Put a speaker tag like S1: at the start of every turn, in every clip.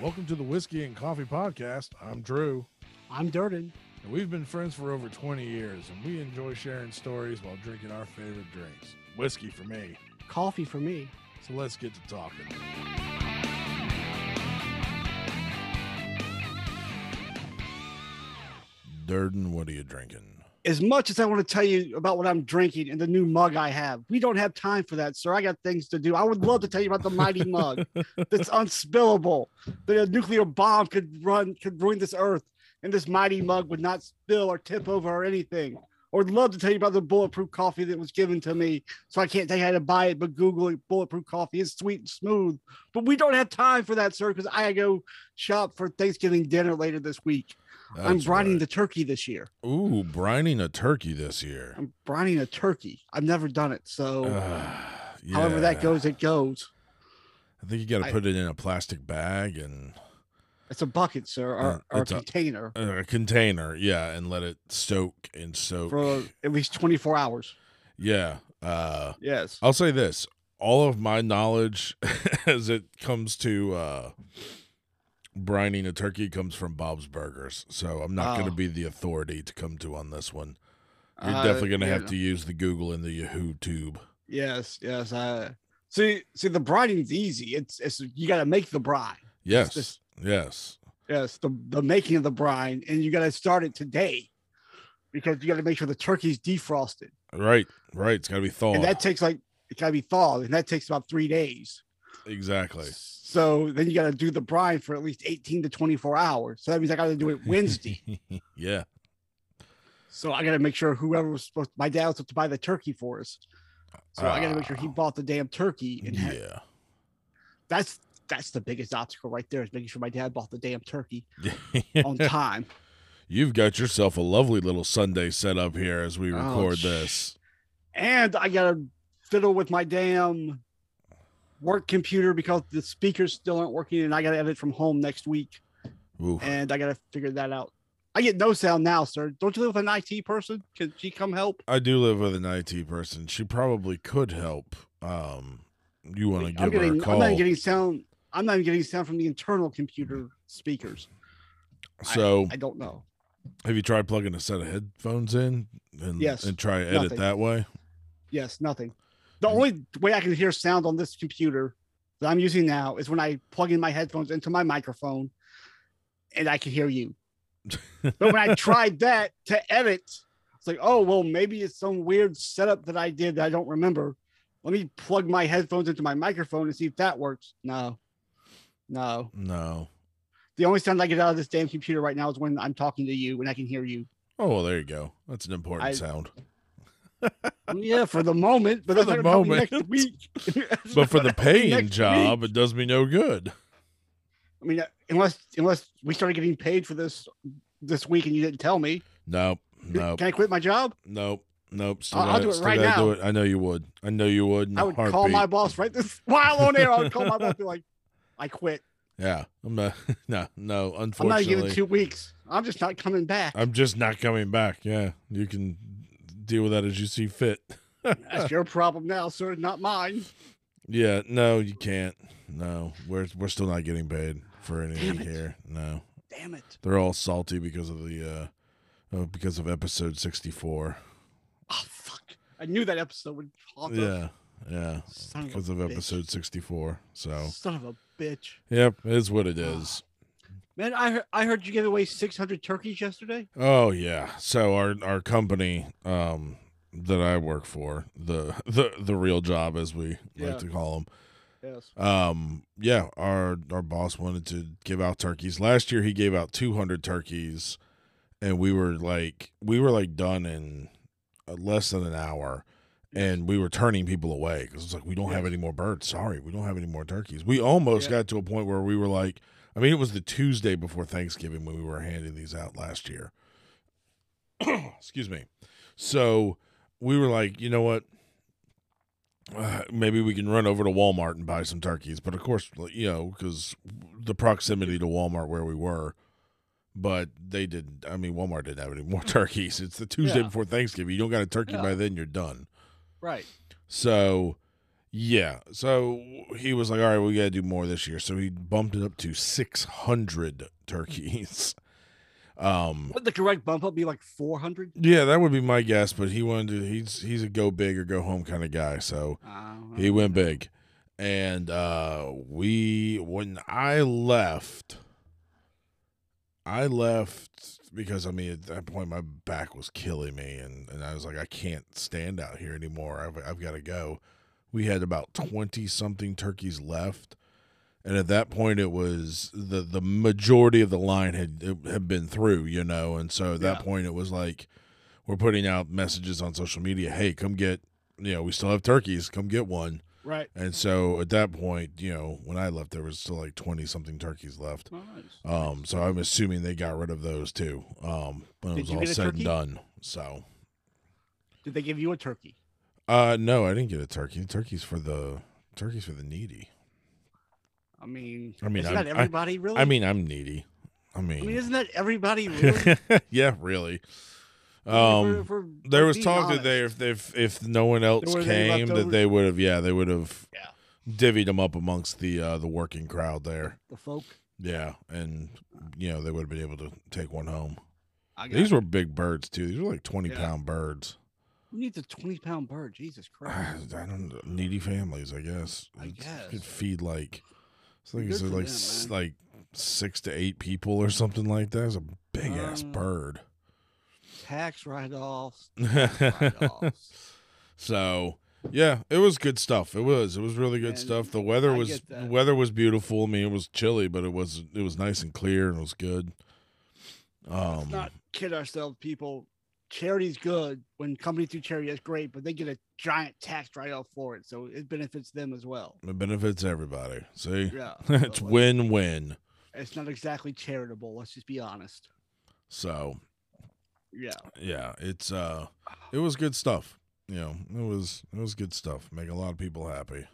S1: Welcome to the Whiskey and Coffee Podcast. I'm Drew,
S2: I'm Durden.
S1: and we've been friends for over 20 years, and we enjoy sharing stories while drinking our favorite drinks. Whiskey for me.
S2: Coffee for me.
S1: So let's get to talking. Durden, what are you drinking?
S2: As much as I want to tell you about what I'm drinking and the new mug I have, we don't have time for that, sir. I got things to do. I would love to tell you about the mighty mug that's unspillable. That a nuclear bomb could run, could ruin this earth, and this mighty mug would not spill or tip over or anything. I would love to tell you about the bulletproof coffee that was given to me, so I can't tell you how to buy it. But Google it, bulletproof coffee is sweet and smooth. But we don't have time for that, sir, because I gotta go shop for Thanksgiving dinner later this week. I'm
S1: That's
S2: brining
S1: Oh, right.
S2: the turkey this year.
S1: Ooh, brining a turkey this year.
S2: I'm brining a turkey. I've never done it, so
S1: Ah,
S2: however
S1: yeah.
S2: that goes, it goes.
S1: I think you got to
S2: I-
S1: put it in a plastic bag and
S2: It's a bucket, sir, or,
S1: Uh,
S2: or a
S1: it's a-
S2: container
S1: uh, a container, yeah, and let it soak and soak.
S2: for at least 24 hours.
S1: yeah. Uh,
S2: Yes.
S1: I'll say this: all of my knowledge as it comes to uh, brining a turkey comes from Bob's Burgers, so I'm not going
S2: Oh.
S1: to be the authority to come to on this one. You're
S2: Uh,
S1: definitely going to
S2: yeah.
S1: have to use the Google and the Yahoo Tube.
S2: Yes, yes. Uh, see, see, the brining's easy. It's it's you got to make the brine.
S1: Yes,
S2: just-
S1: yes,
S2: Yes, the the making of the brine, and you got to start it today because you got to make sure the turkey's defrosted,
S1: right, right. It's got to be thawed.
S2: and that takes like it got to be thawed, and that takes about three days.
S1: exactly.
S2: So then you got to do the brine for at least 18 to 24 hours. So that means I got to do it Wednesday.
S1: yeah.
S2: so I got to make sure whoever was supposed, my dad was supposed to buy the turkey for us. So I got to make sure he
S1: Ah,
S2: bought the damn turkey. And had-
S1: Yeah.
S2: that's that's the biggest obstacle right there is making sure my dad bought the damn turkey on time.
S1: You've got yourself a lovely little Sunday set up here as we
S2: Oh,
S1: record
S2: sh-
S1: this.
S2: And I got to fiddle with my damn work computer because the speakers still aren't working, and I got to edit from home next week,
S1: Oof.
S2: and I got to figure that out. I get no sound now, sir. Don't you live with an IT person? Can she come help?
S1: I do live with an IT person. She probably could help. Um, you want to
S2: I'm
S1: give her a
S2: getting, I'm
S1: call?
S2: not even getting sound. I'm not even getting sound from the internal computer speakers.
S1: so,
S2: I don't know.
S1: have you tried plugging a set of headphones in and
S2: Yes,
S1: and try edit
S2: nothing.
S1: that way?
S2: Yes, nothing. The
S1: Mm.
S2: only way I can hear sound on this computer that I'm using now is when I plug in my headphones into my microphone, and I can hear you. but when I tried that to edit, it's like, oh well, maybe it's some weird setup that I did that I don't remember. Let me plug my headphones into my microphone and see if that works. No, no.
S1: No.
S2: The only sound I get out of this damn computer right now is when I'm talking to you and I can hear you.
S1: Oh well, there you go. That's an important
S2: I-
S1: sound.
S2: Yeah, for the moment, but
S1: For
S2: that's
S1: the
S2: not gonna help me
S1: moment.
S2: next week.
S1: But for the paying
S2: next
S1: job, it does me no good.
S2: I mean, uh, unless unless we started getting paid for this this week and you didn't tell me,
S1: Nope. Nope.
S2: can I quit my job?
S1: Nope. Nope. Still
S2: I'll- I'll
S1: gotta-
S2: do it
S1: still
S2: right
S1: gotta do
S2: now.
S1: it. I know you would. I know you would. in
S2: I
S1: a
S2: would call
S1: heartbeat.
S2: my boss right this while on air. I would call my boss and be like, I quit.
S1: Yeah. I'm not. No. No.
S2: I'm not
S1: Unfortunately,
S2: giving two weeks. I'm just not coming back.
S1: I'm just not coming back. Yeah, you can deal with that as you see fit.
S2: That's your problem now, sir, not mine.
S1: yeah, no, you can't. No, we're we're still not getting paid for anything
S2: Damn it.
S1: here. No,
S2: Damn it.
S1: they're all salty because of the uh, uh because of episode sixty four.
S2: Oh fuck. I knew that episode would haunt us.
S1: Yeah, yeah,
S2: Son of a
S1: because of
S2: bitch.
S1: episode sixty four. So
S2: Son of a bitch.
S1: yep, it is what it is.
S2: Man, I heard, I heard you gave away 600 turkeys yesterday.
S1: Oh yeah. So our our company um that I work for the the the real job as we
S2: Yeah.
S1: like to call them
S2: Yes.
S1: um yeah our our boss wanted to give out turkeys last year he gave out 200 turkeys and we were like we were like done in uh, less than an hour and we were turning people away because it's like we don't have
S2: Yes.
S1: any more birds sorry we don't have any more turkeys we almost
S2: Yeah.
S1: got to a point where we were like i mean it was the tuesday before thanksgiving when we were handing these out last year excuse me so we were like you know what uh, maybe we can run over to Walmart and buy some turkeys. But of course, like, you know, because the proximity to Walmart where we were, but they didn't. I mean, Walmart didn't have any more turkeys. It's the Tuesday
S2: Yeah.
S1: before Thanksgiving. You don't got a turkey
S2: Yeah.
S1: by then, you're done.
S2: Right.
S1: So, Yeah. So he was like, all right, we got to do more this year. So he bumped it up to 600 turkeys. Um,
S2: Would the correct bump up be like 400?
S1: yeah, that would be my guess, but he wanted to, he's, he's a go big or go home kind of guy. So
S2: Uh,
S1: he went big. And uh, we, when I left, I left because I mean, at that point, my back was killing me. And, and I was like, I can't stand out here anymore. I've, I've got to go. We had about 20 something turkeys left. And at that point, it was the, the majority of the line had, it had been through, you know? And so at that
S2: Yeah.
S1: point, it was like, we're putting out messages on social media. Hey, come get, you know, we still have turkeys. Come get one.
S2: right.
S1: And so at that point, you know, when I left, there was still like 20 something turkeys left.
S2: Nice.
S1: Um, so I'm assuming they got rid of those too. Um, when it
S2: Did
S1: was
S2: you
S1: all
S2: get a
S1: said and
S2: turkey?
S1: done. So,
S2: Did they give you a turkey?
S1: uh, no, I didn't get a turkey. Turkeys for the turkeys for the needy.
S2: I mean,
S1: I mean,
S2: isn't
S1: I'm-
S2: that everybody really?
S1: I mean, I'm needy. I
S2: I mean,
S1: mean,
S2: isn't that everybody really?
S1: yeah, really.
S2: I mean,
S1: Um,
S2: if we're- if we're
S1: there was
S2: being
S1: talk that
S2: honest.
S1: they if, if if no one else
S2: were any
S1: came that
S2: leftovers?
S1: they would have yeah they would have
S2: Yeah.
S1: divvied them up amongst the uh, the working crowd there
S2: the folk.
S1: yeah and you know they would have been able to take one home
S2: I got
S1: these were big birds too these were like twenty
S2: Yeah.
S1: pound birds
S2: Who needs a 20 pound bird? Jesus
S1: I
S2: Christ.
S1: don't know, needy families I guess
S2: I
S1: It's-
S2: guess.
S1: could feed like it's like
S2: Good
S1: it's
S2: for
S1: like
S2: them,
S1: s-
S2: man.
S1: like six to eight people or something like that it's a big ass
S2: Um,
S1: bird
S2: Tax write offs. Write offs.
S1: So yeah, it was good stuff. It was. It was really good
S2: And
S1: stuff. The weather
S2: I
S1: was
S2: get that.
S1: weather was beautiful. I mean, it was chilly, but it was it was nice and clear and it was good. Um,
S2: Let's not kid ourselves, people. Charity's good when companies do charity, that's great, but they get a giant tax write off for it. So it benefits them as well.
S1: it benefits everybody. See,
S2: Yeah.
S1: it's
S2: so
S1: win win.
S2: It's not exactly charitable. Let's just be honest.
S1: So
S2: Yeah.
S1: yeah, it's uh, it was good stuff. You know, it was it was good stuff. Make a lot of people happy.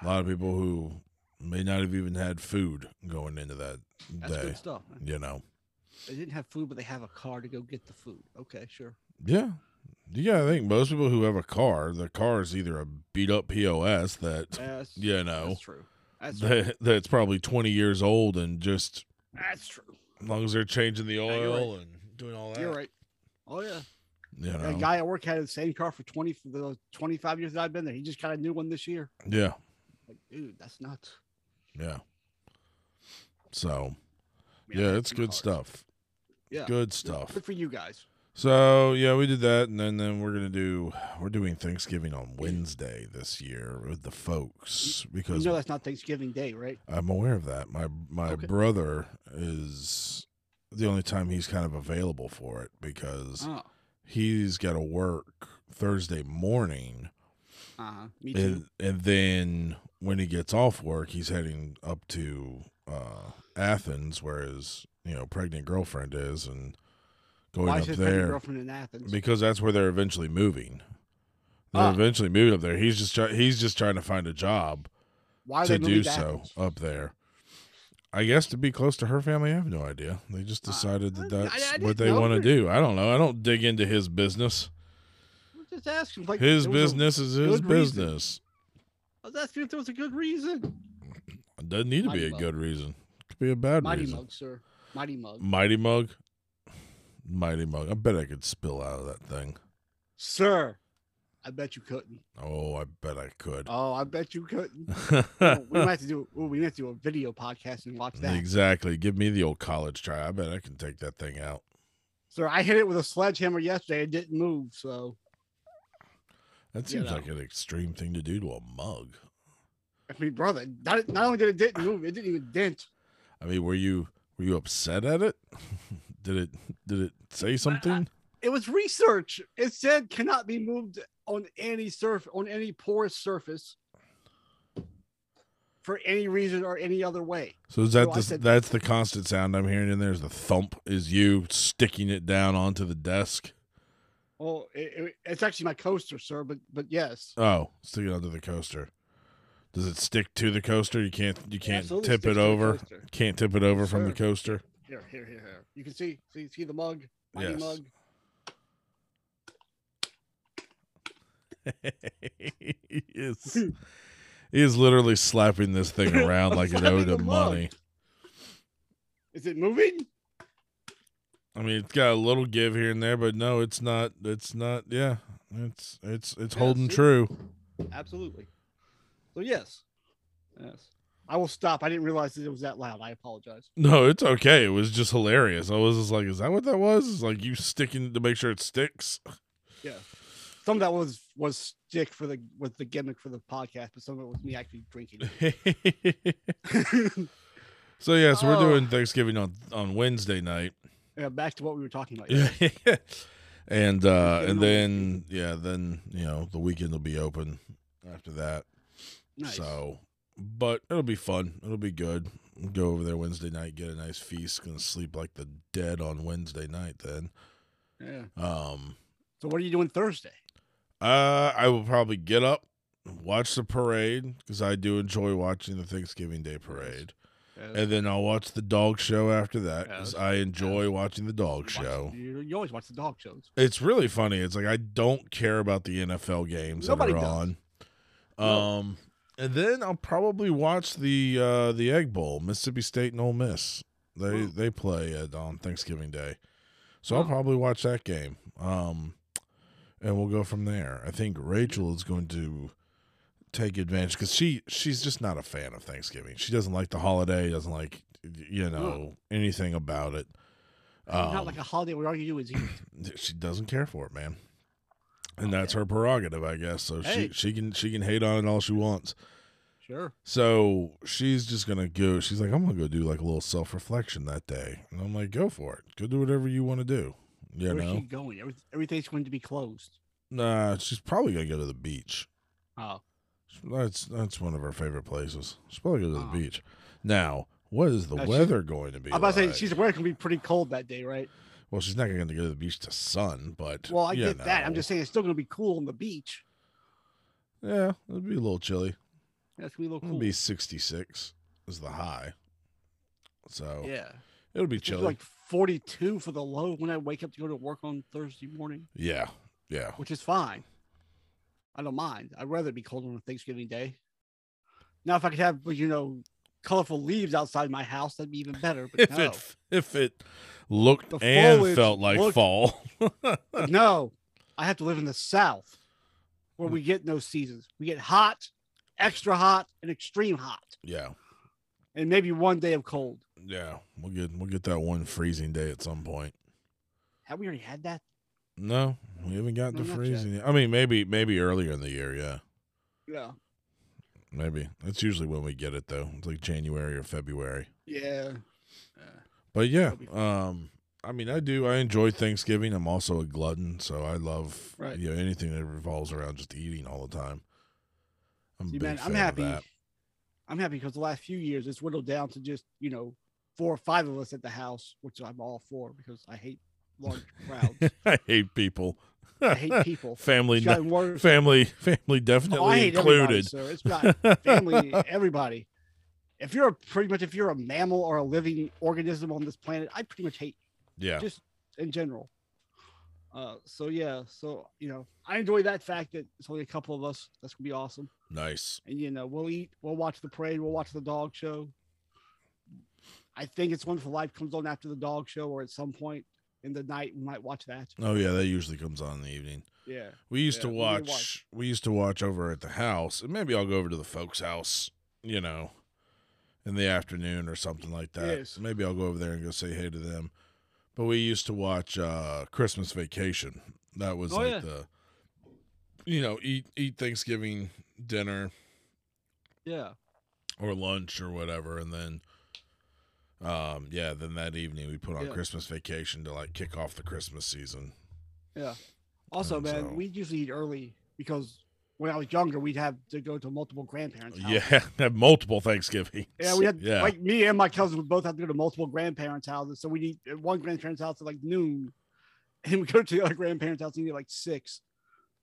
S1: A lot of people who may not have even had food going into that
S2: That's
S1: day.
S2: good stuff. man.
S1: You know.
S2: They didn't have food, but they have a car to go get the food. Okay, sure.
S1: Yeah. You gotta think most people who have a car, the car is either a beat up POS that
S2: That's,
S1: you know
S2: That's true. That's true.
S1: that, that's probably twenty years old and just
S2: That's true.
S1: as long as they're changing the
S2: you're
S1: oil and doing all that.
S2: You're right. Oh, yeah.
S1: You
S2: A
S1: know.
S2: guy at work had the same car for 20 for the 25 years that I've been there. He just got a new one this year.
S1: yeah.
S2: Like, dude, that's nuts.
S1: Yeah. So
S2: Man,
S1: yeah, it's
S2: that's
S1: good
S2: hard.
S1: stuff.
S2: Yeah.
S1: Good stuff.
S2: Good for you guys.
S1: So yeah, we did that, and then, then we're gonna do we're doing Thanksgiving on Wednesday this year with the folks
S2: You
S1: because
S2: know that's not Thanksgiving Day, right?
S1: I'm aware of that. My my
S2: Okay.
S1: brother is the only time he's kind of available for it because
S2: Oh,
S1: he's got to work Thursday morning,
S2: uh-huh. Me too.
S1: and and then when he gets off work, he's heading up to uh, Athens, where his you know pregnant girlfriend is, and going
S2: Why
S1: up
S2: is his pregnant
S1: there
S2: girlfriend in Athens?
S1: because that's where they're eventually moving. They're
S2: Ah.
S1: eventually moving up there. He's just try- he's just trying to find a job
S2: Why are
S1: to
S2: they moving
S1: do
S2: to
S1: so
S2: Athens?
S1: up there. I guess to be close to her family, I have no idea. They just
S2: Uh,
S1: decided that
S2: I- I
S1: that's
S2: didn't
S1: what they
S2: know
S1: want to
S2: that.
S1: do. I don't know. I don't dig into his business.
S2: I was just asking. Like,
S1: His
S2: there was a-
S1: business is his
S2: good reason.
S1: business.
S2: I was asking if there was a good reason.
S1: It doesn't need to
S2: Mighty
S1: be a
S2: Mug.
S1: good reason. It could be a bad
S2: Mighty
S1: reason.
S2: mug, sir. Mighty mug,
S1: Mighty mug. Mighty mug. I bet I could spill out of that thing.
S2: sir. I bet you couldn't.
S1: Oh, I bet I could.
S2: Oh, I bet you couldn't. Oh, we might have to do. ooh, we might have to do a video podcast and watch that,
S1: exactly. Give me the old college try. I bet I can take that thing out.
S2: sir. I hit it with a sledgehammer yesterday. It didn't move, so
S1: That
S2: You
S1: seems
S2: know.
S1: like an extreme thing to do to a mug.
S2: I mean, brother, not, not only did it didn't move, it didn't even dent.
S1: I mean, were you were you upset at it? did it did it say something?
S2: It was research. It said cannot be moved on any surf on any porous surface for any reason or any other way.
S1: So is that
S2: so I
S1: the,
S2: said-
S1: that's the constant sound I'm hearing in there? Is the thump? Is you sticking it down onto the desk?
S2: Well, it, it- it's actually my coaster, sir. But but yes,
S1: Oh, stick it onto the coaster. Does it stick to the coaster? You can't you can't
S2: Absolutely
S1: tip
S2: sticks
S1: it
S2: to the
S1: over.
S2: coaster.
S1: Can't tip it over from the
S2: Sure.
S1: coaster.
S2: Here, here, here, here. You can see see see the mug, mighty
S1: Yes.
S2: mug.
S1: he is He is literally slapping this thing around
S2: I'm
S1: like it
S2: slapping
S1: owed
S2: the
S1: him
S2: mug.
S1: money.
S2: Is it moving?
S1: I mean, it's got a little give here and there, but no, it's not. It's not. Yeah, it's it's it's
S2: Yeah,
S1: holding
S2: see?
S1: true.
S2: Absolutely. So yes, yes. I will stop. I didn't realize that it was that loud. I apologize.
S1: No, it's okay. It was just hilarious. I was just like, is that what that was? It's like you sticking to make sure it sticks.
S2: Some of that was was stick for the was the gimmick for the podcast, but some of it was me actually drinking. it.
S1: so yeah, so we're
S2: Oh.
S1: doing Thanksgiving on on Wednesday night.
S2: yeah, back to what we were talking about.
S1: Yeah. and uh
S2: Thanksgiving on
S1: and then yeah, then you know, the weekend will be open after that.
S2: Nice.
S1: So, but it'll be fun. It'll be good. Go over there Wednesday night, get a nice feast. Gonna sleep like the dead on Wednesday night. Then,
S2: Yeah.
S1: um,
S2: So what are you doing Thursday?
S1: uh, I will probably get up, watch the parade because I do enjoy watching the Thanksgiving Day parade,
S2: Uh,
S1: and then I'll watch the dog show after that because
S2: Yes.
S1: I enjoy watching the
S2: you
S1: dog
S2: watch-
S1: show.
S2: You, you always watch the dog shows.
S1: It's really funny. It's like I don't care about the NFL games
S2: Nobody
S1: that are
S2: does.
S1: on.
S2: No.
S1: Um, and then I'll probably watch the uh, the Egg Bowl, Mississippi State and Ole Miss. They
S2: Hmm.
S1: they play it on Thanksgiving Day, so I'll
S2: Hmm.
S1: probably watch that game. Um, and we'll go from there. I think Rachel is going to take advantage because she she's just not a fan of Thanksgiving. She doesn't like the holiday. Doesn't like you know anything about it.
S2: Hmm.
S1: Um,
S2: Not like a holiday where all you do is eat.
S1: she doesn't care for it, man. And that's her prerogative, I guess. So
S2: Hey.
S1: she she can she can hate on it all she wants.
S2: sure.
S1: So she's just gonna go. She's like, I'm gonna go do like a little self reflection that day, and I'm like, go for it. Go do whatever you want to do. You
S2: Where's she
S1: know,
S2: going? Every, everything's going to be closed.
S1: nah. She's probably gonna go to the beach.
S2: Oh,
S1: That's that's one of her favorite places. She's probably gonna go to the
S2: Oh.
S1: beach. Now, what is the
S2: No, she-
S1: weather going to be?
S2: I'm about to say
S1: like?
S2: she's aware it can be pretty cold that day, right?
S1: well, she's not gonna go to the beach to sun, but
S2: Well, I
S1: you
S2: get that. I'm
S1: know.
S2: just saying it's still going to be cool on the beach.
S1: yeah, it'll be a little chilly.
S2: That's going to be a little
S1: It'll
S2: cool.
S1: be 66 is the high. So
S2: yeah.
S1: it'll be
S2: It's
S1: chilly.
S2: gonna be like 42 for the low when I wake up to go to work on Thursday morning,
S1: yeah. Yeah.
S2: which is fine. I don't mind. I'd rather be cold on a Thanksgiving day. Now, if I could have, you know, colorful leaves outside my house, that'd be even better. But
S1: If
S2: no.
S1: it if it looked
S2: The
S1: and
S2: foliage
S1: felt like
S2: looked-
S1: fall.
S2: But no, I have to live in the South where we get no seasons. We get hot, extra hot, and extreme hot,
S1: yeah.
S2: and maybe one day of cold.
S1: Yeah. We'll get we'll get that one freezing day at some point.
S2: Have we already had that?
S1: No, we haven't gotten
S2: No,
S1: to
S2: not
S1: freezing. yet. I mean, maybe maybe earlier in the year, yeah.
S2: Yeah.
S1: Maybe. That's usually when we get it though. It's like January or February.
S2: Yeah.
S1: But yeah,
S2: That'll be fun.
S1: um, I mean, I do. I enjoy Thanksgiving. I'm also a glutton, so I love
S2: Right.
S1: you know anything that revolves around just eating all the time. I'm a
S2: See,
S1: big
S2: man, I'm
S1: fan
S2: happy.
S1: Of that.
S2: I'm happy because the last few years it's whittled down to just you know four or five of us at the house, which I'm all for because I hate large crowds.
S1: I hate people.
S2: I hate people.
S1: family,
S2: It's gotten worse.
S1: family, family, definitely
S2: Oh, I hate everybody,
S1: included.
S2: sir. It's got family, everybody. If you're a, pretty much if you're a mammal or a living organism on this planet, I pretty much hate
S1: yeah,
S2: just in general. Uh, so yeah, so you know, I enjoy that fact that it's only a couple of us. That's gonna be awesome.
S1: nice.
S2: and you know we'll eat we'll watch the parade we'll watch the dog show i think it's wonderful life comes on after the dog show or at some point in the night we might watch that
S1: Oh yeah, that usually comes on in the evening.
S2: yeah
S1: We used
S2: Yeah,
S1: to
S2: we did watch.
S1: watch. We used to watch over at the house, and maybe I'll go over to the folks' house. You know, in the afternoon or something like that.
S2: Yes.
S1: Maybe I'll go over there and go say hey to them. But we used to watch uh, Christmas Vacation. That was
S2: Oh,
S1: like
S2: yeah.
S1: the, you know, eat eat Thanksgiving dinner
S2: yeah
S1: or lunch or whatever, and then. Um. Yeah. Then that evening we put on
S2: Yeah.
S1: Christmas vacation to like kick off the Christmas season.
S2: also
S1: And
S2: man
S1: so-
S2: we usually eat early because when i was younger we'd have to go to multiple grandparents houses.
S1: Yeah. Have multiple Thanksgivings.
S2: yeah we had
S1: Yeah.
S2: like me and my cousin would both have to go to multiple grandparents houses so we'd eat at one grandparent's house at like noon and we go to the other grandparent's house and eat at like six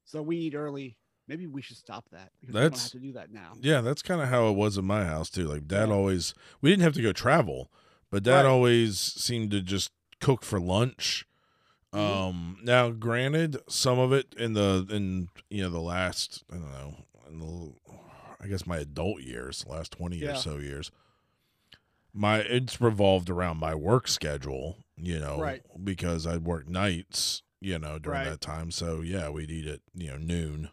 S2: so we eat early maybe we should stop that because we don't
S1: That's-
S2: have to do that now
S1: Yeah, that's kind of how it was in my house too. Like dad
S2: Yeah.
S1: always, we didn't have to go travel, but dad
S2: Right.
S1: always seemed to just cook for lunch.
S2: Mhm.
S1: Um, now granted, some of it in the in you know the last I don't know in the I guess my adult years, the last 20 or
S2: Yeah.
S1: so years, my it's revolved around my work schedule, you know,
S2: Right.
S1: because I'd work nights, you know, during
S2: Right.
S1: that time. So yeah, we'd eat at, you know, noon.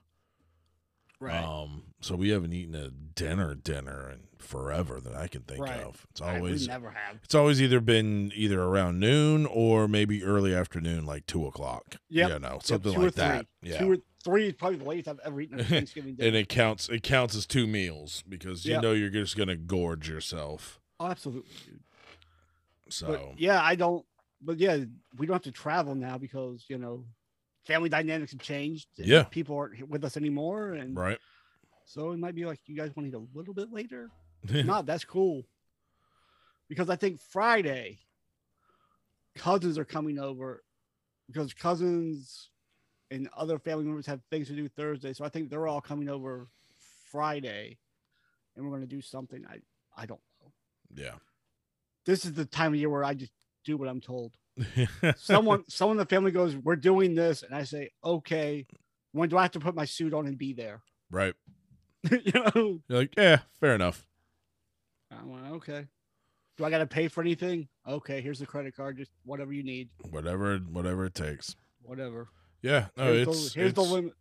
S2: Right.
S1: Um, so we haven't eaten a dinner dinner in forever that I can think
S2: Right.
S1: of. It's
S2: I-
S1: always
S2: we never have.
S1: it's always either been either around noon or maybe early afternoon, like two o'clock.
S2: Yep.
S1: you know,
S2: Yep,
S1: something
S2: two or
S1: like that.
S2: three.
S1: Yeah,
S2: Two or three is probably the latest I've ever eaten on Thanksgiving Day.
S1: and it counts. It counts as two meals because you
S2: Yep.
S1: know you're just gonna gorge yourself.
S2: oh, absolutely. dude.
S1: So
S2: But yeah, I don't. But yeah, we don't have to travel now because you know, family dynamics have changed. and
S1: Yeah.
S2: people aren't here with us anymore, and
S1: right,
S2: so it might be like you guys want to eat a little bit later. no, that's cool. Because I think Friday, cousins are coming over because cousins and other family members have things to do Thursday. So I think they're all coming over Friday and we're going to do something. I, I don't know.
S1: yeah.
S2: This is the time of year where I just do what I'm told. Someone, someone in the family goes, We're doing this. And I say, Okay, when do I have to put my suit on and be there?
S1: right.
S2: you know,
S1: You're like, yeah, fair enough.
S2: I'm like, Okay. Do I got to pay for anything? Okay, here's the credit card. Just whatever you need.
S1: Whatever, whatever it takes.
S2: whatever.
S1: Yeah, no,
S2: here's
S1: it's
S2: the, here's the
S1: it's-
S2: limit.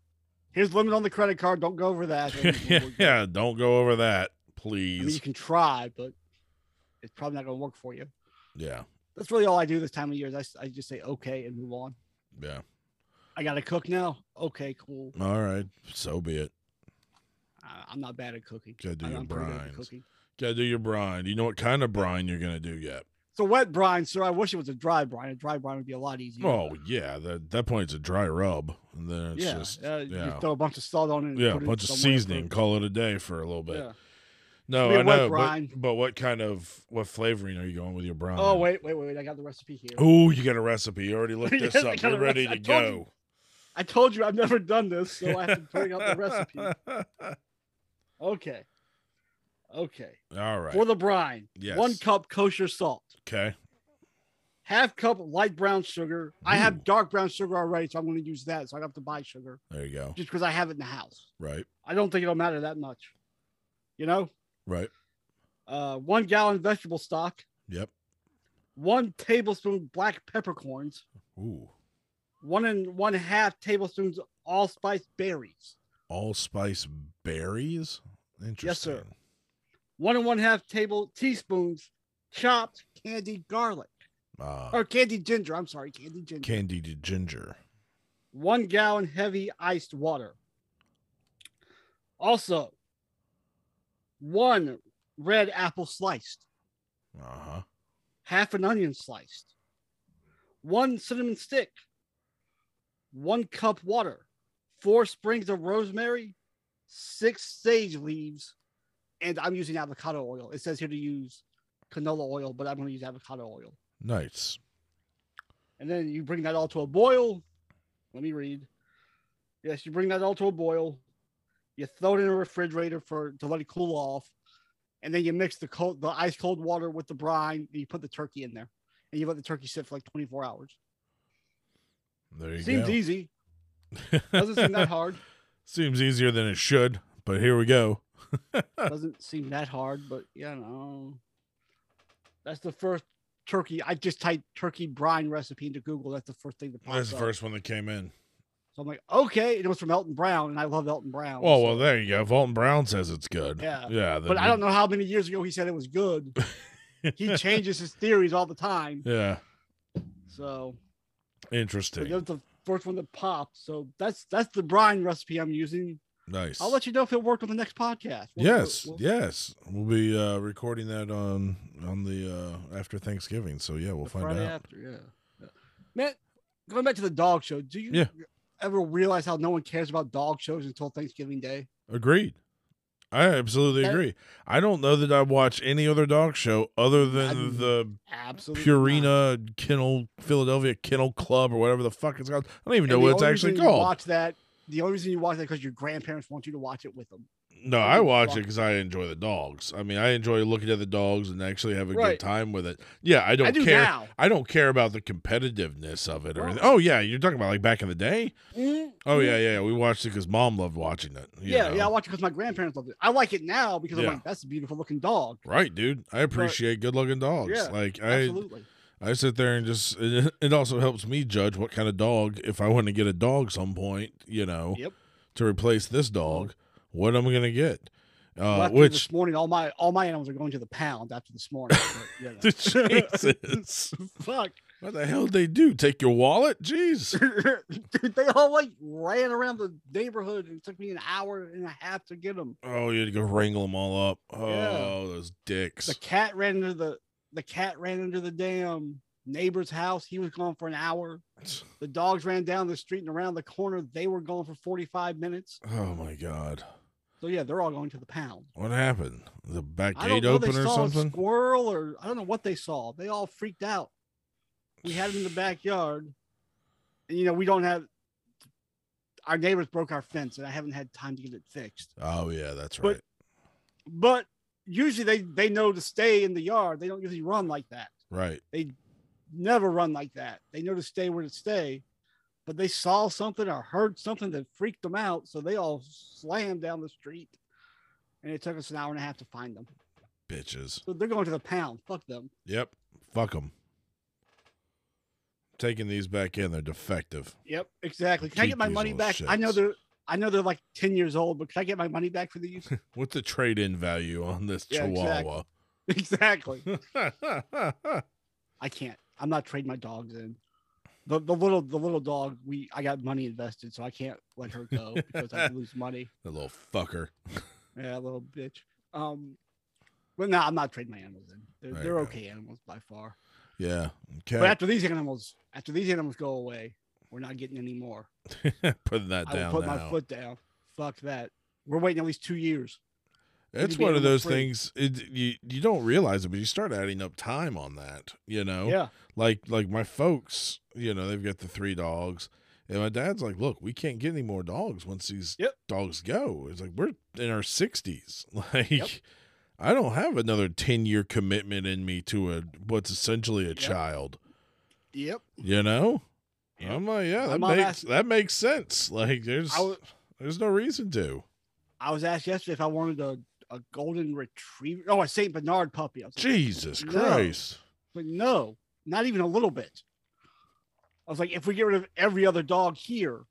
S2: Here's the limit on the credit card. Don't go over that. and we'll- we'll-
S1: yeah, don't go over that,
S2: I mean, you
S1: please.
S2: can try, but it's probably not going to work for you.
S1: Yeah,
S2: That's really all I do this time of year. Is I, s- I just say okay and move on.
S1: yeah.
S2: I got to cook now. Okay, cool.
S1: All right, so be it.
S2: I, I'm not bad at cooking.
S1: Gotta do
S2: I,
S1: your
S2: I'm pretty good at
S1: brines.
S2: cooking.
S1: Gotta do your brine. Do you know what kind of brine you're gonna do yet?
S2: It's a wet brine, sir. I wish it was a dry brine. A dry brine would be a lot easier.
S1: Oh yeah, that that point it's a dry rub, and then it's
S2: yeah.
S1: just
S2: uh, You
S1: yeah,
S2: throw a bunch of salt on it. And
S1: yeah, a
S2: put it
S1: bunch of
S2: somewhere for-
S1: seasoning. Call it a day for a little bit.
S2: Yeah.
S1: No,
S2: Give
S1: I
S2: me a wet
S1: know,
S2: brine.
S1: but, but what kind of what flavoring are you going with your brine?
S2: Oh wait, wait, wait! I got the recipe here.
S1: Oh, you got a recipe. You already looked
S2: Yes,
S1: this
S2: I
S1: up.
S2: got
S1: You're
S2: a
S1: ready to
S2: recipe. I told you.
S1: go.
S2: I told you I've never done this, so I have to bring out the recipe. Okay. Okay.
S1: All right.
S2: For the brine, one
S1: Yes.
S2: cup kosher salt,
S1: okay.
S2: half cup light brown sugar. I
S1: Ooh.
S2: have dark brown sugar already, so I'm going to use that. So I don't have to buy sugar
S1: There you go.
S2: just because I have it in the house.
S1: Right.
S2: I don't think it'll matter that much. You know,
S1: Right.
S2: uh, one gallon vegetable stock,
S1: Yep.
S2: one tablespoon black peppercorns,
S1: Ooh.
S2: one and one half tablespoons allspice berries,
S1: Allspice berries. Interesting.
S2: Yes, sir. one and one half table teaspoons chopped candied garlic
S1: Uh,
S2: or candied ginger. I'm sorry, candied ginger.
S1: candied ginger.
S2: one gallon heavy iced water. Also, one red apple sliced,
S1: Uh huh.
S2: half an onion sliced, one cinnamon stick, one cup water, four sprigs of rosemary, six sage leaves, and I'm using avocado oil. It says here to use canola oil, but I'm going to use avocado oil.
S1: Nice.
S2: And then you bring that all to a boil. Let me read. Yes, you bring that all to a boil. You throw it in a refrigerator for to let it cool off, and then you mix the cold, the ice cold water with the brine, and you put the turkey in there, and you let the turkey sit for like 24 hours.
S1: There you
S2: Seems
S1: go.
S2: easy. Doesn't seem that hard.
S1: Seems easier than it should, but here we go.
S2: Doesn't seem that hard, but you know, that's the first turkey. I just typed turkey brine recipe into Google. That's the first thing that pops
S1: That's the
S2: up.
S1: first one that came in.
S2: So I'm like, okay, and it was from Elton Brown, and I love Elton Brown.
S1: Oh, Well,
S2: so-
S1: well, there you go. Fulton Brown says it's good.
S2: Yeah.
S1: Yeah.
S2: but I don't know how many years ago he said it was good. He changes his theories all the time.
S1: yeah.
S2: So but
S1: Interesting.
S2: that's the first one that popped. So that's that's the brine recipe I'm using.
S1: Nice.
S2: I'll let you know if it worked on the next podcast. We'll-
S1: yes.
S2: we'll-
S1: yes. We'll be uh, recording that on on the uh, after Thanksgiving. So yeah, we'll
S2: the
S1: find
S2: Friday
S1: out.
S2: after, yeah. yeah. Matt, going back to the dog show, do you
S1: Yeah.
S2: ever realize how no one cares about dog shows until Thanksgiving Day?
S1: Agreed. I absolutely
S2: That-
S1: agree. I don't know that I watch any other dog show other than
S2: I'm-
S1: the
S2: Absolutely. not.
S1: Purina Kennel Philadelphia Kennel Club or whatever the fuck it's called. I don't even know
S2: And the
S1: what it's
S2: only
S1: actually
S2: reason you
S1: called.
S2: Watch that The only reason you watch that because your grandparents want you to watch it with them.
S1: No, I watch it because I enjoy the dogs. I mean, I enjoy looking at the dogs and actually having a
S2: Right.
S1: good time with it. Yeah, I don't
S2: I do
S1: care.
S2: now.
S1: I don't care about the competitiveness of it or
S2: Right.
S1: anything. Oh yeah, you're talking about like back in the day.
S2: Mm,
S1: Oh
S2: mm.
S1: yeah, yeah. We watched it because mom loved watching it. you
S2: yeah,
S1: know?
S2: yeah. I watch it because my grandparents loved it. I like it now because
S1: Yeah.
S2: I'm like, that's a beautiful looking dog.
S1: Right, dude. I appreciate good looking dogs.
S2: Yeah,
S1: like I, uh,
S2: Absolutely.
S1: I sit there and just. It, it also helps me judge what kind of dog. If I want to get a dog some point, you know,
S2: Yep.
S1: to replace this dog, what am I gonna get?
S2: Well,
S1: Uh,
S2: after
S1: which
S2: this morning, all my all my animals are going to the pound after this morning. but, you know.
S1: Jesus.
S2: Fuck.
S1: What the hell did they do? Take your wallet? Jeez.
S2: Dude, they all like ran around the neighborhood and it took me an hour and a half to get them.
S1: Oh, you had to go wrangle them all up. Oh,
S2: Yeah.
S1: those dicks.
S2: The cat ran into the the cat ran into the damn neighbor's house. He was gone for an hour. The dogs ran down the street and around the corner. They were gone for 45 minutes.
S1: Oh my god.
S2: So yeah, they're all going to the pound.
S1: What happened? The back
S2: I don't
S1: gate
S2: know. They
S1: open or
S2: saw a
S1: something?
S2: squirrel or I don't know what they saw. They all freaked out. We had them in the backyard. And, you know, we don't have our neighbors broke our fence and I haven't had time to get it fixed.
S1: Oh yeah, that's
S2: But-
S1: right.
S2: But usually they they know to stay in the yard. They don't usually run like that.
S1: right.
S2: Never run like that. They know to stay where to stay. But they saw something or heard something that freaked them out, so they all slammed down the street. And it took us an hour and a half to find them.
S1: Bitches.
S2: So they're going to the pound. Fuck them.
S1: Yep. Fuck them. Taking these back in, they're defective.
S2: Yep, exactly. Can I
S1: Keep
S2: get my
S1: these
S2: money
S1: little
S2: back? I know
S1: shits.
S2: they're I know they're like 10 years old, but can I get my money back for these?
S1: What's the trade in value on this
S2: Yeah,
S1: chihuahua?
S2: exactly. I can't. I'm not trading my dogs in. The, the little the little dog we I got money invested so I can't let her go because I lose money.
S1: the little fucker.
S2: Yeah, little bitch. Um, but no, I'm not trading my animals in.
S1: There
S2: They're,
S1: you
S2: they're
S1: go.
S2: okay animals by far.
S1: Yeah.
S2: But
S1: Okay.
S2: after these animals, after these animals go away, we're not getting any more.
S1: Putting that
S2: I will
S1: down
S2: put
S1: now.
S2: my foot down. Fuck that. We're waiting at least two years. need
S1: It's
S2: to be
S1: one of
S2: animal
S1: those
S2: free.
S1: things it, you you don't realize it, but you start adding up time on that. You know,
S2: Yeah.
S1: like like my folks, you know, they've got the three dogs, and my dad's like, "Look, we can't get any more dogs once these
S2: Yep.
S1: dogs go." It's like we're in our sixties. Like,
S2: Yep.
S1: I don't have another ten year commitment in me to a what's essentially a
S2: Yep.
S1: child.
S2: Yep.
S1: You know,
S2: Yep.
S1: I'm like, yeah,
S2: My
S1: that
S2: mom
S1: makes
S2: asked-
S1: that makes sense. Like, there's
S2: I was
S1: there's no reason to.
S2: I was asked yesterday if I wanted a, a golden retriever. Oh, a Saint Bernard puppy. I was like,
S1: Jesus
S2: No.
S1: Christ.
S2: But no, not even a little bit. I was like, if we get rid of every other dog here,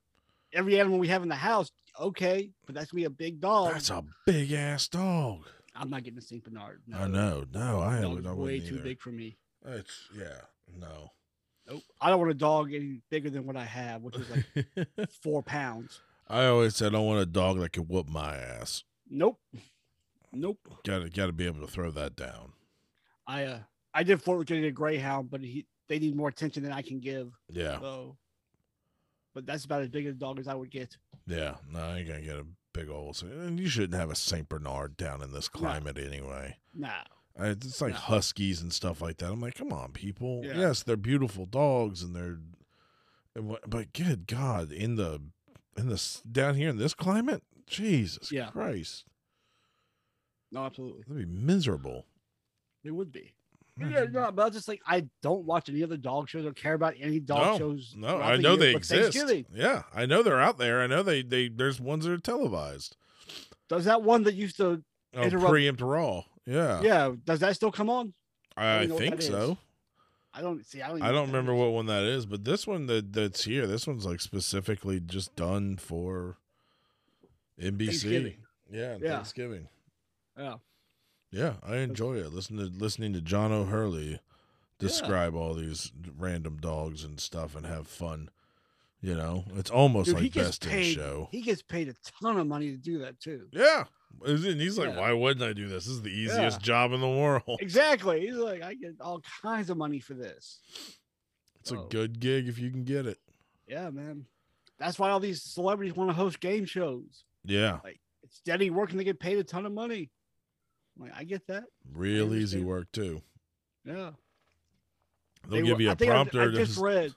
S2: every animal we have in the house, okay, but that's gonna be a big dog.
S1: That's a big ass dog.
S2: I'm not getting a Saint Bernard. No,
S1: I know. No, I,
S2: That
S1: would,
S2: was
S1: I
S2: way
S1: wouldn't
S2: too
S1: either.
S2: big for me.
S1: It's yeah. No.
S2: I don't want a dog any bigger than what I have, which is like four pounds.
S1: I always said I want a dog that can whoop my ass.
S2: Nope. Nope.
S1: Got to got to be able to throw that down.
S2: I uh, I did flirt with getting a greyhound, but he they need more attention than I can give.
S1: Yeah.
S2: So, but that's about as big a dog as I would get.
S1: Yeah. No, I ain't gonna get a big old. And you shouldn't have a Saint Bernard down in this climate anyway.
S2: Nah.
S1: I- It's like
S2: No.
S1: huskies and stuff like that. I'm like, come on, people.
S2: Yeah.
S1: Yes, they're beautiful dogs, and they're, and what- but good God, in the, in this down here in this climate, Jesus
S2: Yeah.
S1: Christ,
S2: No, absolutely.
S1: that'd be miserable. Mm-hmm.
S2: It would be.
S1: Hmm.
S2: Yeah, no, but I was just like, I don't watch any other dog shows or care about any
S1: No,
S2: dog shows.
S1: No,
S2: throughout
S1: I
S2: the
S1: know
S2: year
S1: they
S2: but
S1: exist.
S2: Thanksgiving.
S1: Yeah, I know they're out there. I know they they there's ones that are televised.
S2: Does that one that used to,
S1: Oh,
S2: Interrupt-
S1: preempt raw. Yeah,
S2: yeah, does that still come on?
S1: I,
S2: I know what
S1: think
S2: that is.
S1: so.
S2: I don't see. I don't, even
S1: I
S2: know
S1: don't
S2: that
S1: remember
S2: is.
S1: what one that is, but this one that that's here. This one's like specifically just done for NBC.
S2: Thanksgiving.
S1: Yeah, and
S2: Yeah.
S1: Thanksgiving.
S2: Yeah.
S1: Yeah, I enjoy it. Listen to listening to John O'Hurley describe all these random dogs and stuff and have fun. You know, it's almost
S2: Dude, he
S1: like
S2: gets
S1: best in
S2: paid-
S1: show.
S2: He gets paid a ton of money to do that too.
S1: Yeah. And he's like,
S2: Yeah.
S1: why wouldn't I do this? This is the easiest
S2: Yeah.
S1: job in the world.
S2: Exactly. He's like, I get all kinds of money for this.
S1: It's a
S2: Oh.
S1: good gig if you can get it.
S2: Yeah, man. That's why all these celebrities want to host game shows.
S1: Yeah.
S2: It's steady working to get paid a ton of money. I'm like, I get that.
S1: Real easy
S2: understand.
S1: work, too.
S2: Yeah.
S1: They'll
S2: They
S1: give
S2: were-
S1: you
S2: I
S1: a
S2: think I-
S1: prompter.
S2: I,
S1: to
S2: just
S1: just-
S2: read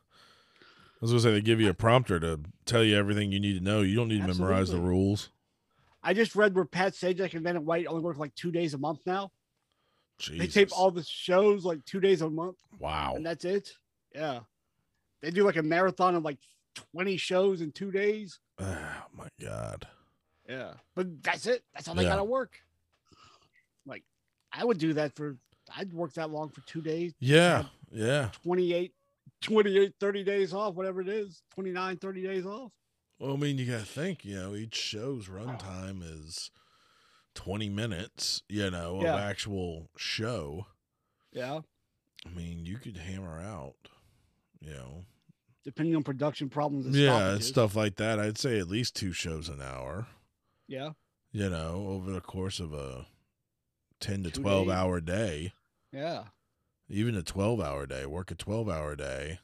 S1: was gonna say they give you a prompter to tell you everything you need to know. You don't need to memorize the
S2: Absolutely.
S1: rules.
S2: I just read where Pat Sajak and Vanna White only work like two days a month now.
S1: Jesus. Oh.
S2: They tape all the shows like two days a month,
S1: Wow.
S2: and that's it. Yeah, they do like a marathon of like twenty shows in two days.
S1: Oh my god.
S2: Yeah, but that's it. That's all they
S1: Yeah.
S2: gotta work. Like, I would do that for. I'd work that long for two days,
S1: Yeah. Yeah.
S2: 28, 28, 30 days off, whatever it is, 29, 30 days off.
S1: Well, I mean, you gotta think. You know, each show's runtime is twenty minutes. You know,
S2: Yeah.
S1: of actual show.
S2: Yeah.
S1: I mean, you could hammer out. You know.
S2: Depending on production problems. And
S1: yeah,
S2: stoppages.
S1: stuff like that. I'd say at least two shows an hour.
S2: Yeah.
S1: You know, over the course of a ten to
S2: Two
S1: twelve
S2: days.
S1: hour day.
S2: Yeah.
S1: even a 12 hour day, work a 12 hour day,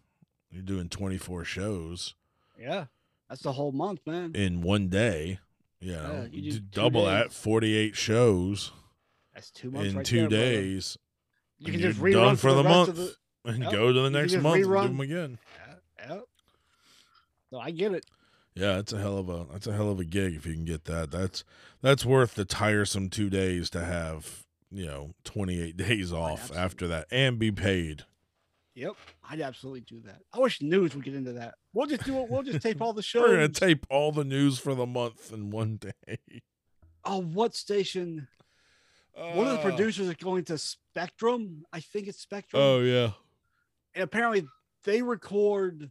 S1: you're doing 24 shows
S2: Yeah. That's the whole month, man.
S1: in one day, you know,
S2: Yeah,
S1: d-
S2: you do two
S1: double that,
S2: days.
S1: 48 shows
S2: That's two months
S1: in
S2: right
S1: two
S2: there, brother.
S1: days.
S2: You
S1: and
S2: can just
S1: you're
S2: rerun
S1: done
S2: for the, rest of the-
S1: and
S2: Yep,
S1: go to the
S2: you can
S1: next
S2: just
S1: month and do
S2: rerun.
S1: them again.
S2: Yeah. yeah. So I get it.
S1: Yeah, that's a hell of a that's a hell of a gig if you can get that. That's that's worth the tiresome two days to have, you know, 28 days off
S2: Oh, absolutely.
S1: after that and be paid.
S2: Yep. I'd absolutely do that. I wish news would get into that. We'll just do it. We'll just tape all the shows.
S1: We're gonna tape all the news for the month in one day.
S2: oh, what station? One of the
S1: Uh,
S2: producers is going to Spectrum. I think it's Spectrum.
S1: Oh yeah.
S2: and apparently they record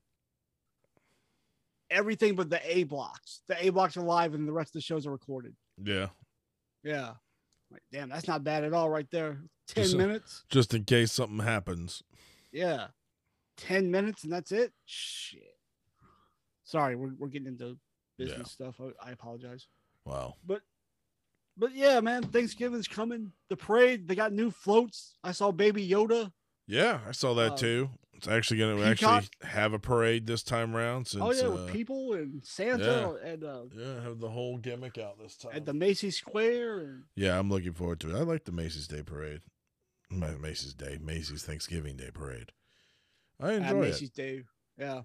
S2: everything but the A blocks. The A blocks are live and the rest of the shows are recorded.
S1: Yeah.
S2: Yeah. Like, damn, that's not bad at all right there. 10
S1: Just a-
S2: minutes.
S1: just in case something happens.
S2: Yeah. 10 minutes and that's it. Shit. Sorry, we're, we're getting into business stuff. I, I apologize.
S1: Wow.
S2: But yeah, man, Thanksgiving's coming. The parade, they got new floats. I saw Baby Yoda.
S1: Yeah, I saw that
S2: Uh,
S1: too. It's actually going to
S2: Peacock-
S1: actually have a parade this time around since
S2: oh, yeah,
S1: uh,
S2: with people and Santa and uh,
S1: yeah, have the whole gimmick out this time.
S2: at the Macy's Square. And
S1: yeah, I'm looking forward to it. I like the Macy's Day Parade. My Macy's Day, Macy's Thanksgiving Day Parade. I
S2: at
S1: enjoy it.
S2: Macy's Day. Yeah.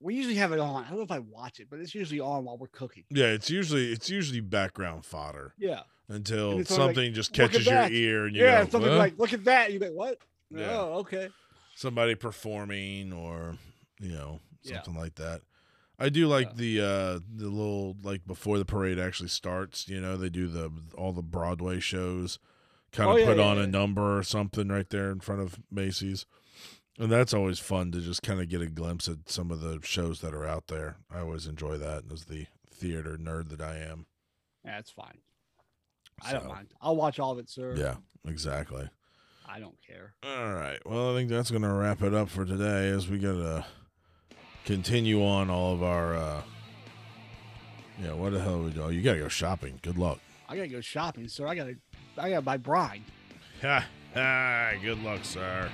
S2: We usually have it on. I don't know if I watch it, but it's usually on while we're cooking.
S1: Yeah, it's usually it's usually background fodder
S2: Yeah.
S1: until
S2: And it's sort of like,
S1: something just
S2: "Look at
S1: catches your
S2: that."
S1: ear and you
S2: Yeah.
S1: go,
S2: something
S1: "Huh?"
S2: like, look at that. You're like, what?
S1: Yeah.
S2: Oh, okay.
S1: somebody performing or you know
S2: Yeah.
S1: something like that i do like
S2: Yeah.
S1: the uh the little like before the parade actually starts you know they do the all the broadway shows kind of
S2: Oh, yeah,
S1: put
S2: yeah,
S1: on
S2: yeah.
S1: a number or something right there in front of macy's and that's always fun to just kind of get a glimpse at some of the shows that are out there i always enjoy that as the theater nerd that i am
S2: That's fine. I don't
S1: So,
S2: mind. I'll watch all of it, sir.
S1: yeah exactly
S2: I don't care.
S1: All right. Well, I think that's going to wrap it up for today as we got to continue on all of our. Uh, yeah, what the hell are we doing? You got to go shopping. Good luck.
S2: I gotta go shopping, sir. I gotta, I gotta buy bride.
S1: Ha! ha, Good luck, sir.